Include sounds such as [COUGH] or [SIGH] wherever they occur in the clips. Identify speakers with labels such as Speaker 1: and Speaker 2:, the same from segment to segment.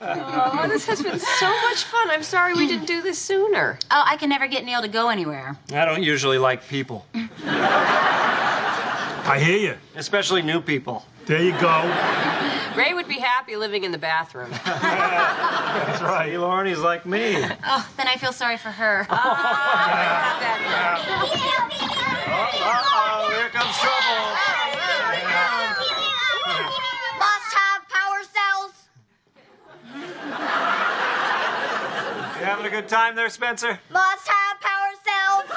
Speaker 1: Oh, this has been so much fun. I'm sorry we didn't do this sooner.
Speaker 2: Oh, I can never get Neil to go anywhere.
Speaker 3: I don't usually like people,
Speaker 4: I hear you.
Speaker 3: especially new people.
Speaker 4: There you go.
Speaker 1: Ray would be happy living in the [LAUGHS] bathroom.
Speaker 3: That's right. Lauren's like [LAUGHS] me.
Speaker 2: Oh, then I feel sorry for her.
Speaker 1: Uh-huh.
Speaker 3: Uh-oh, here comes trouble.
Speaker 5: Must have power cells.
Speaker 3: You having a good time there, Spencer?
Speaker 5: Must have power cells.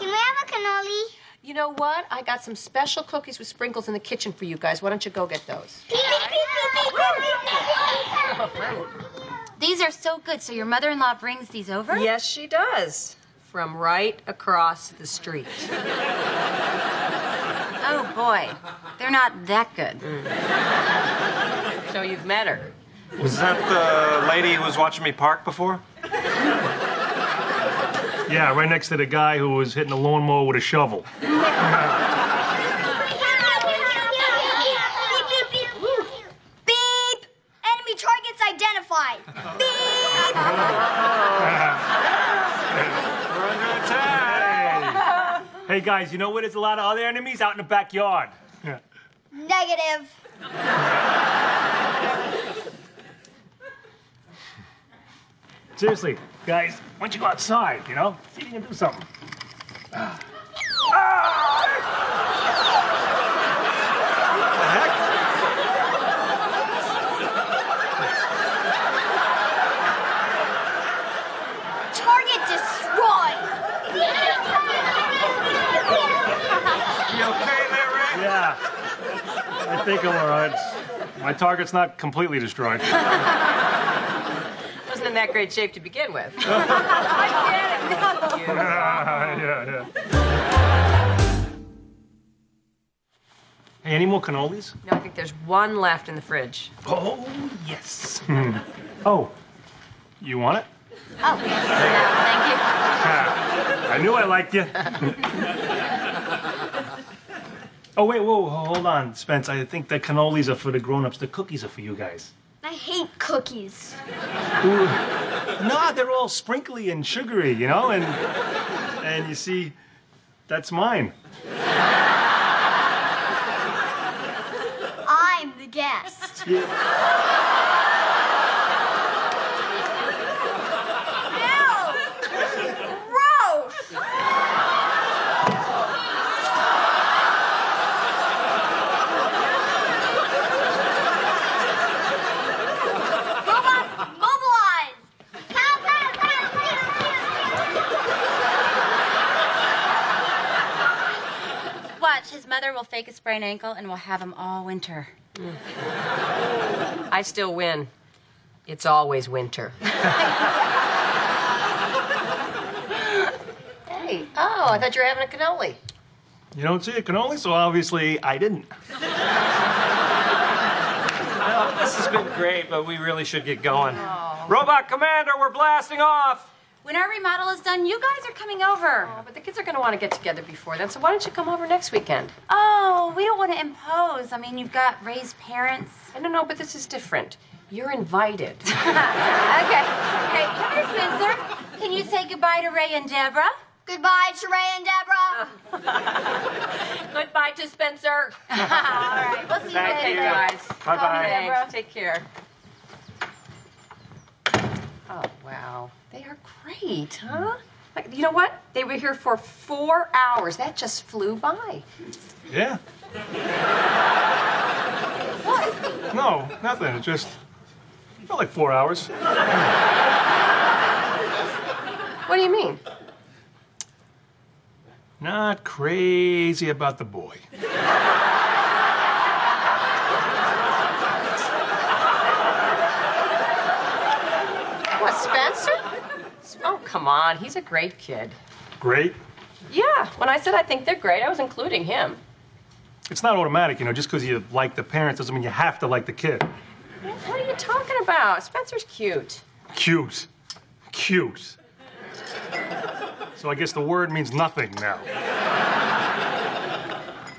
Speaker 5: Can we have a cannoli?
Speaker 1: You know what? I got some special cookies with sprinkles in the kitchen for you guys. Why don't you go get those?
Speaker 2: These are so good. So your mother-in-law brings these over?
Speaker 1: Yes, she does. From right across the street.
Speaker 2: Oh boy, they're not that good.
Speaker 1: Mm. So you've met her.
Speaker 3: Was that the lady who was watching me park before?
Speaker 4: Yeah, right next to the guy who was hitting the lawnmower with a shovel.
Speaker 5: Beep! Enemy targets identified. Beep!
Speaker 3: We're under attack.
Speaker 4: Hey guys, you know where there's a lot of other enemies out in the backyard.
Speaker 5: Negative.
Speaker 4: Seriously, guys, why don't you go outside? You know, see if you can do something.
Speaker 5: Target destroyed.
Speaker 3: You okay there, Ray?
Speaker 4: Yeah, I think I'm all right. My target's not completely destroyed. [LAUGHS]
Speaker 1: Wasn't in that great shape to begin with. I get it. You.
Speaker 4: yeah, yeah. Hey, any more cannolis?
Speaker 1: No, I think there's one left in the fridge.
Speaker 4: Oh, yes. Oh, you want it?
Speaker 2: Oh, no, thank you.
Speaker 4: I knew I liked you. [LAUGHS] oh, wait, whoa, hold on, Spence. I think the cannolis are for the grown ups, the cookies are for you guys.
Speaker 5: I hate cookies.
Speaker 4: [LAUGHS] No, they're all sprinkly and sugary, you know, and and you see, that's mine. [LAUGHS]
Speaker 5: I'm the guest. Gross. Robots, mobilize. Pow, pow, pow, pew, pew, pew.
Speaker 2: Watch, his mother will fake a sprained ankle and we'll have him all winter.
Speaker 1: I still win. It's always winter. hey, oh, I thought you were having a cannoli.
Speaker 4: You don't see a cannoli, so obviously I didn't.
Speaker 3: Well, this has been great, but we really should get going. Robot Commander, we're blasting off.
Speaker 2: When our remodel is done, you guys are coming over.
Speaker 1: Oh, but the kids are going to want to get together before then, so why don't you come over next weekend?
Speaker 2: Oh, we don't want to impose. I mean, you've got raised parents.
Speaker 1: I don't know, but this is different. You're invited.
Speaker 2: Okay. Hey, come here, Spencer. Can you say goodbye to Ray and Deborah?
Speaker 5: Goodbye, Sheree and Deborah.
Speaker 1: [LAUGHS] Goodbye to Spencer.
Speaker 2: All right. We'll see
Speaker 3: Thank
Speaker 2: you
Speaker 3: you.
Speaker 2: later.
Speaker 1: guys.
Speaker 3: Bye bye.
Speaker 1: Thanks.
Speaker 2: Deborah.
Speaker 1: Take care. Oh, wow. They are great, huh? Like, you know what? They were here for four hours. That just flew by.
Speaker 4: Yeah. What? No, nothing. It just felt like four hours.
Speaker 1: What do you mean?
Speaker 4: Not crazy about the boy.
Speaker 1: What, Spencer? Oh, come on. He's a great kid.
Speaker 4: Great.
Speaker 1: Yeah, when I said I think they're great, I was including him.
Speaker 4: It's not automatic, you know. Just because you like the parents doesn't mean you have to like the kid.
Speaker 1: What are you talking about? Spencer's cute.
Speaker 4: Cute. Cute. So I guess the word means nothing now.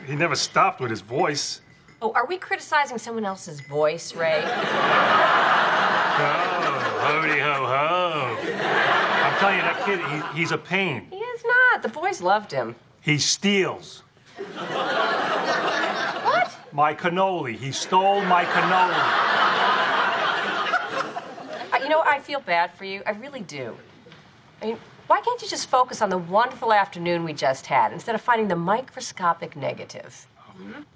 Speaker 4: He never stopped with his voice.
Speaker 1: Oh, are we criticizing someone else's voice, Ray?
Speaker 4: Oh, hody ho ho. I'm telling you, that kid, he, he's a pain.
Speaker 1: he is not. The boys loved him.
Speaker 4: He steals. What? My cannoli. He stole my cannoli.
Speaker 1: I, you know, I feel bad for you. I really do. I mean, why can't you just focus on the wonderful afternoon we just had instead of finding the microscopic negative?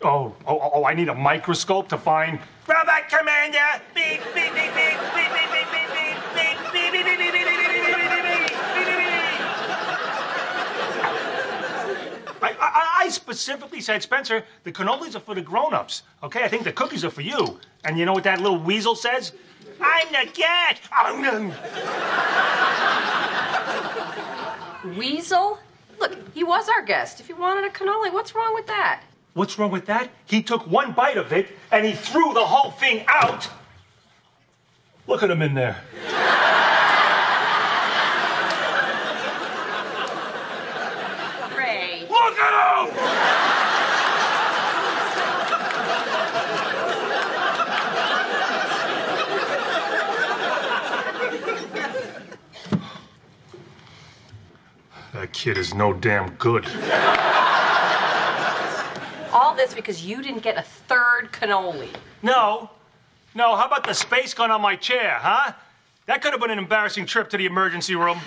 Speaker 4: Oh, oh, oh, oh, I need a microscope to find. Robot Commander! Beep, beep, beep, beep, beep, beep, beep, beep, beep, beep, beep, beep, beep, beep, beep, beep, beep, beep, beep, beep, beep, beep. I, I, I specifically said, Spencer, the cannolis are for the grown-ups. Okay, I think the cookies are for you. And you know what that little weasel says? I'm the cat. I'm the...
Speaker 1: Weasel? Look, he was our guest. If he wanted a cannoli, what's wrong with that?
Speaker 4: What's wrong with that? He took one bite of it and he threw the whole thing out. Look at him in there.
Speaker 1: Ray.
Speaker 4: Look at him! That kid is no damn good.
Speaker 1: All this because you didn't get a third cannoli.
Speaker 4: No. No, how about the space gun on my chair, huh? That could have been an embarrassing trip to the emergency room.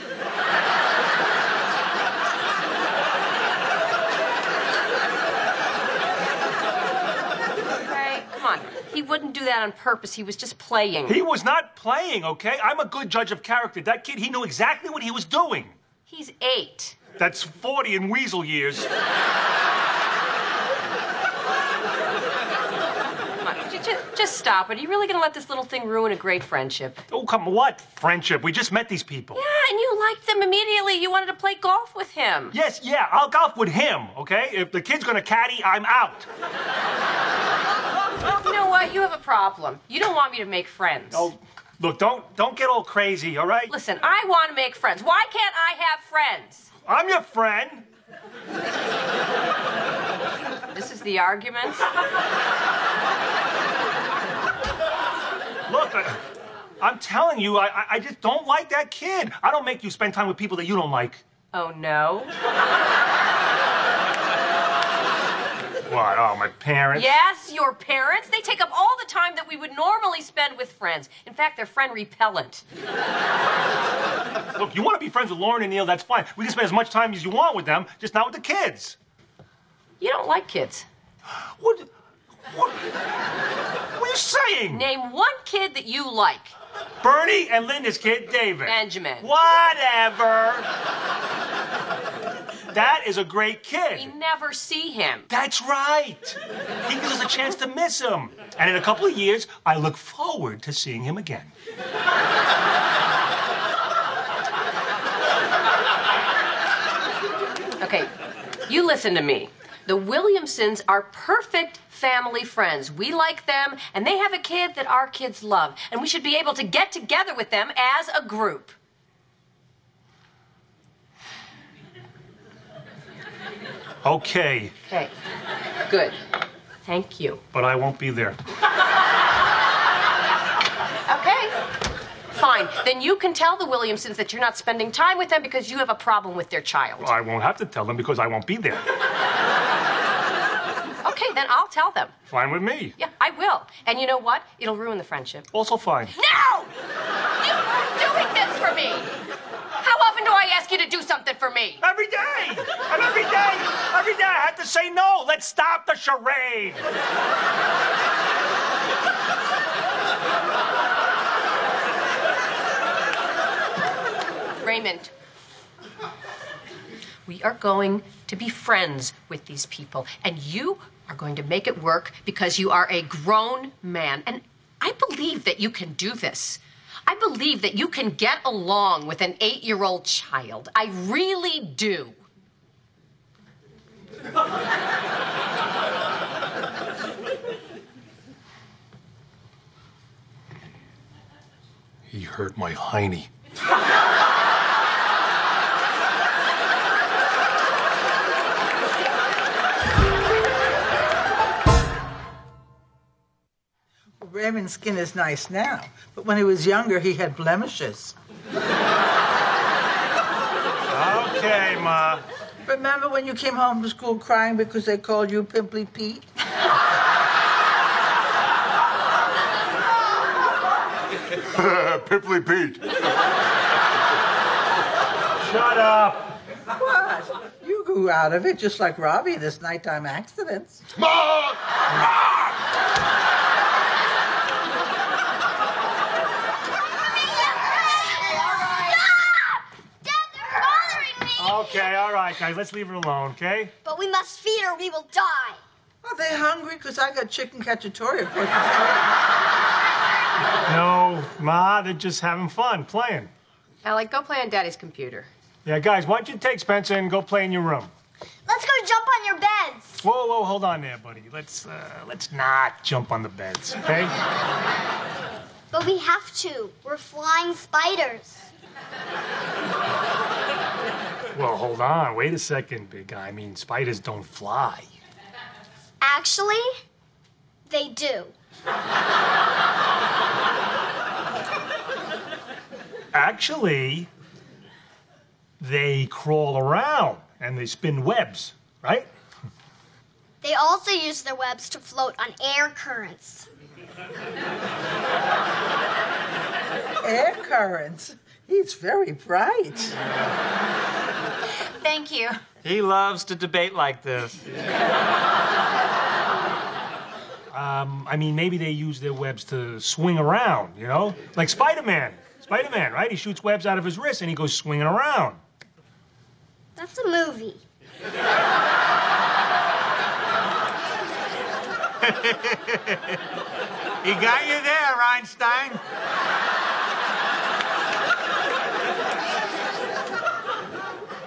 Speaker 1: Ray, come on. He wouldn't do that on purpose. He was just playing.
Speaker 4: He was not playing, okay? I'm a good judge of character. That kid, he knew exactly what he was doing.
Speaker 1: He's eight.
Speaker 4: That's 40 in weasel years.
Speaker 1: Come on, j- j- just stop it. Are you really going to let this little thing ruin a great friendship?
Speaker 4: Oh, come what? Friendship. We just met these people.
Speaker 1: Yeah, and you liked them immediately. You wanted to play golf with him.
Speaker 4: Yes, yeah, I'll golf with him, okay? If the kid's gonna caddy, I'm out.
Speaker 1: You know what? You have a problem. You don't want me to make friends.
Speaker 4: Oh, look, don't don't get all crazy, all right?
Speaker 1: Listen, I want to make friends. Why can't I have friends?
Speaker 4: I'm your friend.
Speaker 1: This is the argument.
Speaker 4: Look, I, I'm telling you, I, I- I just don't like that kid. I don't make you spend time with people that you don't like.
Speaker 1: Oh no.
Speaker 4: What? Oh, my parents?
Speaker 1: Yes, your parents. They take up all the time that we would normally spend with friends. In fact, they're friend repellent.
Speaker 4: Look, you want to be friends with Lauren and Neil, that's fine. We can spend as much time as you want with them, just not with the kids.
Speaker 1: You don't like kids.
Speaker 4: What? What, what are you saying?
Speaker 1: Name one kid that you like.
Speaker 4: Bernie and Linda's kid, David.
Speaker 1: Benjamin.
Speaker 4: Whatever. that is a great kid.
Speaker 1: We never see him.
Speaker 4: That's right. He gives us a chance to miss him. And in a couple of years, I look forward to seeing him again.
Speaker 1: Okay, you listen to me. The Williamsons are perfect family friends. We like them, and they have a kid that our kids love, and we should be able to get together with them as a group.
Speaker 4: Okay,
Speaker 1: Okay, good. Thank you.
Speaker 4: but I won't be there.
Speaker 1: Okay. Fine. Then you can tell the Williamsons that you're not spending time with them because you have a problem with their child.
Speaker 4: I won't have to tell them because I won't be there.
Speaker 1: Okay, then I'll tell them.
Speaker 4: Fine with me.
Speaker 1: Yeah, I will. And you know what? It'll ruin the friendship.
Speaker 4: Also fine.
Speaker 2: No! You are doing this for me! How often do I ask you to do something for me?
Speaker 4: Every day! And every day! Every day I have to say no! Let's stop the charade!
Speaker 1: Raymond, we are going to be friends with these people, and you are going to make it work because you are a grown man. And I believe that you can do this. I believe that you can get along with an eight year old child. I really do.
Speaker 4: He hurt my hiney.
Speaker 6: Raymond's skin is nice now, but when he was younger, he had blemishes.
Speaker 4: Okay, Ma.
Speaker 6: Remember when you came home from school crying because they called you Pimply Pete?
Speaker 7: Uh, Pimply Pete.
Speaker 4: Shut up.
Speaker 6: What? You grew out of it just like Robbie in his nighttime accidents.
Speaker 7: Mark!
Speaker 5: Stop! Dad, they're bothering me!
Speaker 4: Okay, all right, guys. Let's leave her alone, okay?
Speaker 5: But we must feed her, we will die.
Speaker 6: Are they hungry? Because I got chicken cacciatore. for
Speaker 4: No, Ma. They're just having fun playing.
Speaker 1: Alec, go play on Daddy's computer.
Speaker 4: Yeah, guys. Why don't you take Spencer and go play in your room?
Speaker 5: Let's go jump on your beds.
Speaker 4: Whoa, whoa, hold on there, buddy. Let's uh, let's not jump on the beds, okay?
Speaker 5: But we have to. We're flying spiders.
Speaker 4: Well, hold on. Wait a second, big guy. I mean, spiders don't fly.
Speaker 5: Actually, they do.
Speaker 4: Actually, they crawl around and they spin webs, right?
Speaker 5: They also use their webs to float on air currents.
Speaker 6: Air currents. He's very bright.
Speaker 2: Thank you.
Speaker 3: He loves to debate like this.
Speaker 4: Um, I mean, maybe they use their webs to swing around, you know? Like Spider Man. Spider Man, right? He shoots webs out of his wrist and he goes swinging around.
Speaker 5: That's a movie.
Speaker 8: He got you there, Einstein.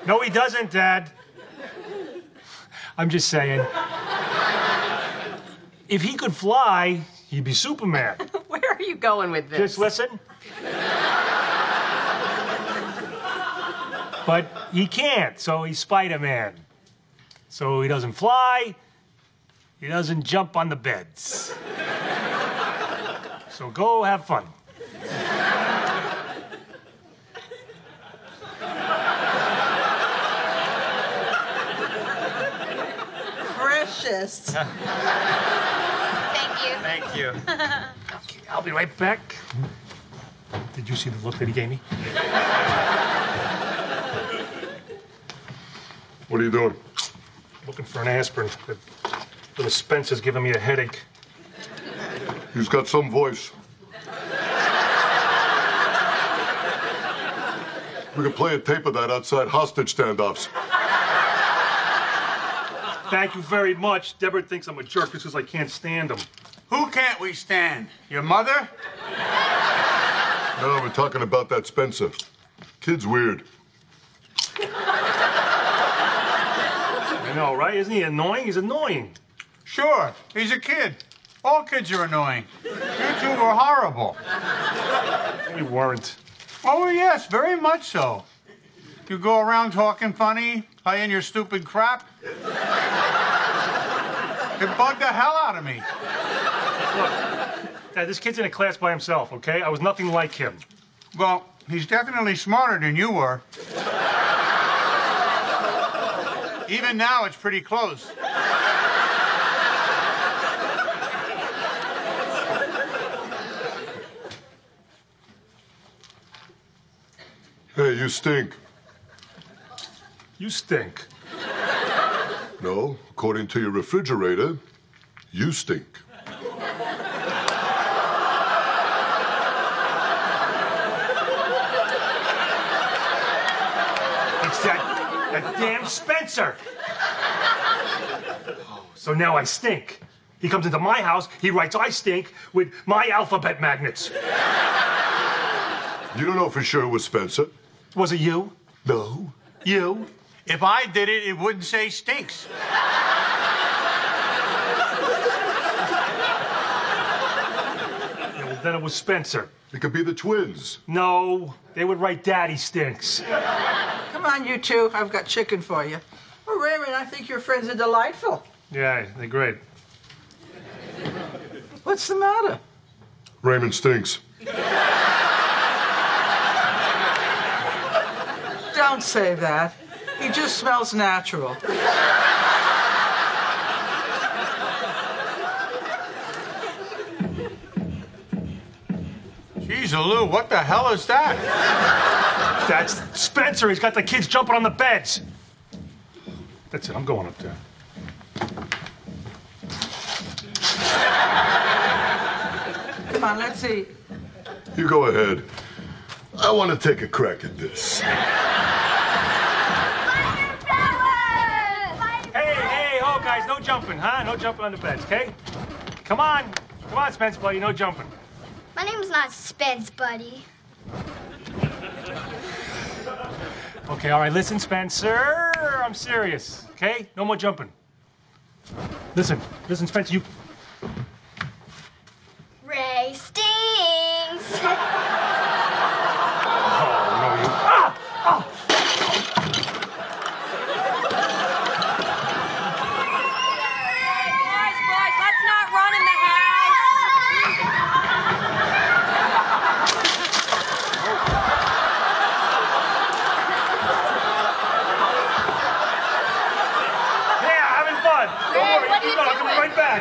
Speaker 4: No, he doesn't, Dad. I'm just saying. If he could fly, he'd be Superman.
Speaker 1: Where are you going with this?
Speaker 4: Just listen. but he can't, so he's Spider Man. So he doesn't fly, he doesn't jump on the beds. so go have fun.
Speaker 6: Precious.
Speaker 2: Thank you.
Speaker 8: Thank
Speaker 3: [LAUGHS]
Speaker 8: you.
Speaker 4: Okay, I'll be right back. Did you see the look that he gave me?
Speaker 7: What are you doing?
Speaker 4: Looking for an aspirin. but Little Spencer's giving me a headache.
Speaker 7: He's got some voice. We can play a tape of that outside hostage standoffs.
Speaker 4: Thank you very much. Deborah thinks I'm a jerk because I can't stand him.
Speaker 8: Who can't we stand? Your mother?
Speaker 7: No, we're talking about that Spencer. Kid's weird.
Speaker 4: I know, right? Isn't he annoying? He's annoying.
Speaker 8: Sure, he's a kid. All kids are annoying. You two were horrible.
Speaker 4: We weren't.
Speaker 8: Oh, yes, very much so. You go around talking funny, playing your stupid crap. It bugged the hell out of me.
Speaker 4: Dad, this kid's in a class by himself, okay? I was nothing like him.
Speaker 8: Well, he's definitely smarter than you were. Even now, it's pretty close.
Speaker 7: Hey, you stink.
Speaker 4: You stink.
Speaker 7: No, according to your refrigerator, you stink.
Speaker 4: It's that, that damn Spencer. Oh, so now I stink. He comes into my house, he writes I stink with my alphabet magnets.
Speaker 7: You don't know for sure it was Spencer.
Speaker 4: Was it you?
Speaker 7: No.
Speaker 4: You?
Speaker 8: If I did it, it wouldn't say stinks.
Speaker 4: Yeah, well, then it was Spencer.
Speaker 7: It could be the twins.
Speaker 4: No, they would write Daddy stinks.
Speaker 6: Come on, you two. I've got chicken for you. Oh, Raymond, I think your friends are delightful.
Speaker 4: Yeah, they're great.
Speaker 6: What's the matter?
Speaker 7: Raymond stinks.
Speaker 6: Don't say that. He just smells natural.
Speaker 8: Jeez, Lou, what the hell is that?
Speaker 4: That's Spencer. He's got the kids jumping on the beds. That's it. I'm going up there.
Speaker 6: Come on, let's see.
Speaker 7: You go ahead. I want to take a crack at this.
Speaker 4: Hey, hey, ho, guys. No jumping, huh? No jumping on the beds, okay? Come on. Come on, Spencer, buddy. No jumping.
Speaker 5: My name's not Spence, buddy.
Speaker 4: Okay, all right. Listen, Spencer. I'm serious, okay? No more jumping. Listen, listen, Spencer. You.
Speaker 5: Ray stinks.
Speaker 4: Oh, no, you. Ah!
Speaker 2: Boys, boys, let's not run in the house.
Speaker 4: Yeah, having fun. Don't
Speaker 2: Ray,
Speaker 4: worry,
Speaker 2: what are
Speaker 4: keep
Speaker 2: you
Speaker 4: going. I'll come
Speaker 2: doing?
Speaker 4: right back.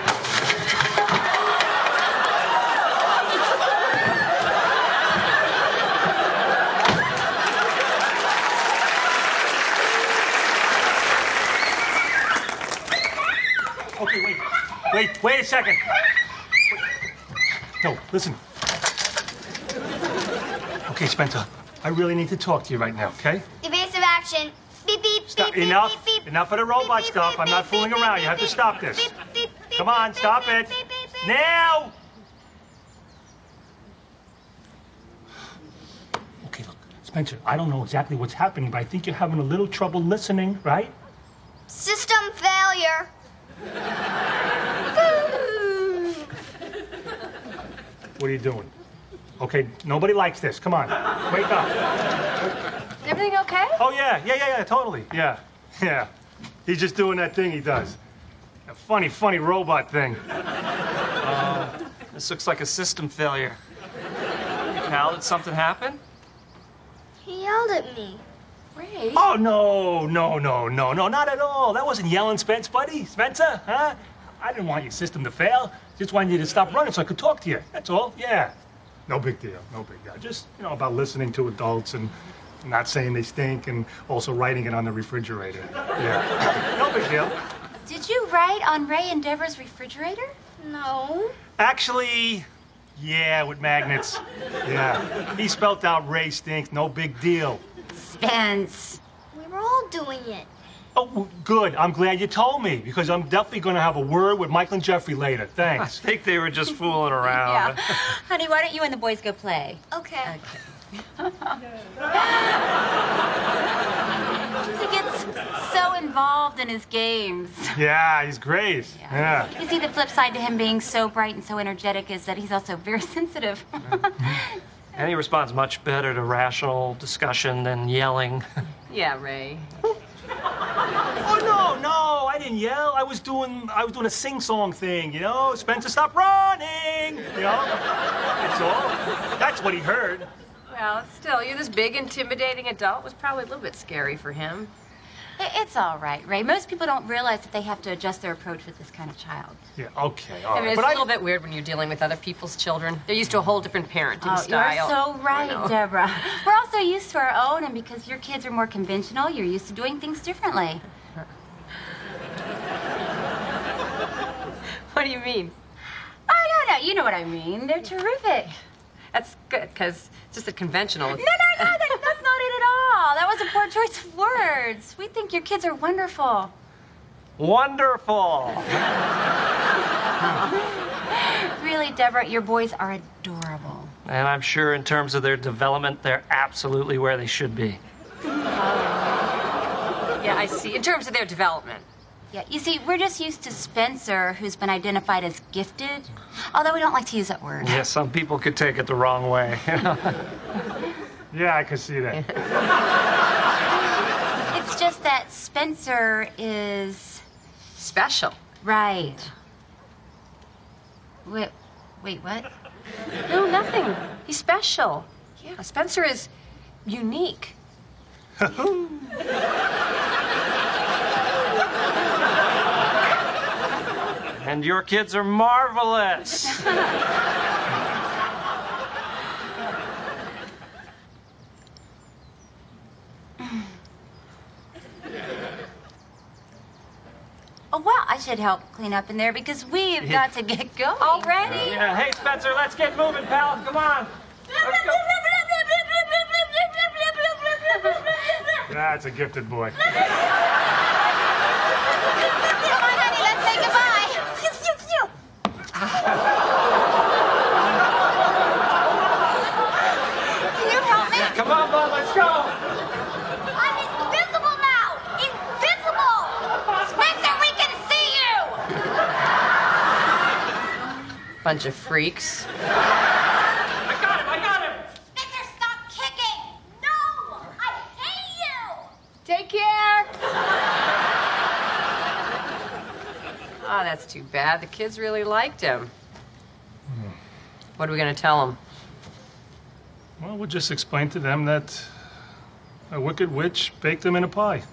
Speaker 4: Okay, wait, wait, wait a second. Wait. No, listen. Okay, Spencer, I really need to talk to you right now, okay?
Speaker 5: Evasive action. Beep beep.
Speaker 4: Stop.
Speaker 5: Beep,
Speaker 4: Enough.
Speaker 5: Beep, beep, beep.
Speaker 4: Enough of the robot
Speaker 5: Beep, beep,
Speaker 4: stuff.
Speaker 5: beep,
Speaker 4: I'm not
Speaker 5: beep,
Speaker 4: fooling
Speaker 5: beep,
Speaker 4: around.
Speaker 5: beep,
Speaker 4: You have to
Speaker 5: beep,
Speaker 4: stop
Speaker 5: beep,
Speaker 4: this.
Speaker 5: beep, beep, beep,
Speaker 4: Come on,
Speaker 5: beep,
Speaker 4: stop
Speaker 5: beep,
Speaker 4: it.
Speaker 5: beep, beep, beep.
Speaker 4: Now! Okay, look, Spencer, I don't know exactly what's happening, but I think you're having a little trouble listening, right?
Speaker 5: System failure.
Speaker 4: What are you doing? Okay, nobody likes this. Come on, wake up.
Speaker 2: Everything okay?
Speaker 4: Oh, yeah, yeah, yeah, yeah, totally. Yeah, yeah. He's just doing that thing he does. That funny, funny robot thing.
Speaker 3: This looks like a system failure. Now, did something happen?
Speaker 5: He yelled at me.
Speaker 2: Ray.
Speaker 4: Oh, no, no, no, no, no, not at all. That wasn't yelling, Spence, buddy. Spencer, huh? I didn't want your system to fail. Just wanted you to stop running so I could talk to you. That's all. Yeah. No big deal. No big deal. Just, you know, about listening to adults and not saying they stink and also writing it on the refrigerator. Yeah. [LAUGHS] no big deal.
Speaker 2: Did you write on Ray and Deborah's refrigerator?
Speaker 5: No.
Speaker 4: Actually, yeah, with magnets. Yeah. He spelt out Ray stinks. No big deal.
Speaker 9: Spence.
Speaker 5: We were all doing it.
Speaker 4: Oh, w- good. I'm glad you told me because I'm definitely going to have a word with Michael and Jeffrey later. Thanks.
Speaker 3: I think they were just fooling
Speaker 1: Oh,
Speaker 9: [LAUGHS]
Speaker 3: around.
Speaker 9: Honey, why don't you and the boys go play?
Speaker 5: Okay.
Speaker 2: He gets so involved in his games.
Speaker 4: Yeah, he's great. Yeah.
Speaker 9: You see, the flip side to him being so bright and so energetic is that he's also
Speaker 1: [LAUGHS]
Speaker 9: very [LAUGHS] sensitive.
Speaker 3: And he responds much better to rational discussion than yelling. [LAUGHS]
Speaker 9: yeah, Ray.
Speaker 4: Oh no, no, I didn't yell. I was doing I was doing a sing-song thing, you know. Spencer, stop running. You know. That's all. That's what he heard.
Speaker 1: Well, still, you're this big, intimidating adult. It was probably a little bit scary for him.
Speaker 9: It's all right, Ray. Most people don't realize that they have to adjust their approach with this kind of child.
Speaker 4: Yeah. Okay.
Speaker 1: I
Speaker 4: All
Speaker 1: mean,
Speaker 4: right.
Speaker 1: it's
Speaker 4: But
Speaker 1: a
Speaker 4: I,
Speaker 1: little bit weird when you're dealing with other people's children. They're used to a whole different parenting
Speaker 9: Oh, you're
Speaker 1: style.
Speaker 9: so
Speaker 1: [LAUGHS]
Speaker 9: right, Deborah. We're also used to our own, and because your kids are more conventional, you're used to doing things differently.
Speaker 1: What do you mean?
Speaker 9: I don't know. You know what I mean. They're terrific.
Speaker 1: That's good, because just a conventional. [LAUGHS]
Speaker 9: No, no, no. That, that's not it at all. That was a poor choice of words. We think your kids are wonderful.
Speaker 3: Wonderful.
Speaker 9: Really, Deborah, your boys are adorable.
Speaker 3: And I'm sure, in terms of their development, they're absolutely where they should be.
Speaker 1: Yeah, I see. In terms of their development.
Speaker 9: Yeah, you see, we're just used to Spencer, who's been identified as gifted, although we don't like to use that word.
Speaker 3: Yeah, some people could take it the wrong way. [LAUGHS]
Speaker 4: yeah, I could see that.
Speaker 9: It's just that Spencer is
Speaker 1: Special.
Speaker 9: right. Wait, wait, what?
Speaker 1: No, nothing. He's special. Yeah, Spencer is unique.
Speaker 3: And your kids are marvelous.
Speaker 9: Oh, well, I should help clean up in there because we've got to get going. Already?
Speaker 3: Yeah, hey, Spencer, let's get moving, pal. Come on. Let's go.
Speaker 4: That's a gifted boy.
Speaker 5: Come on, honey, let's say goodbye. Phew, phew, phew. Can you help me?
Speaker 3: Come on, bud, let's go.
Speaker 5: I'm invisible now! Invisible! Spencer, we can see you!
Speaker 1: Bunch of freaks.
Speaker 3: I got him, I got him.
Speaker 5: Spencer, stop kicking! No! I hate you!
Speaker 1: Take care. Oh, that's too bad. The kids really liked him. What are we going to tell them?
Speaker 4: Well, we'll just explain to them that a wicked witch baked them in a pie.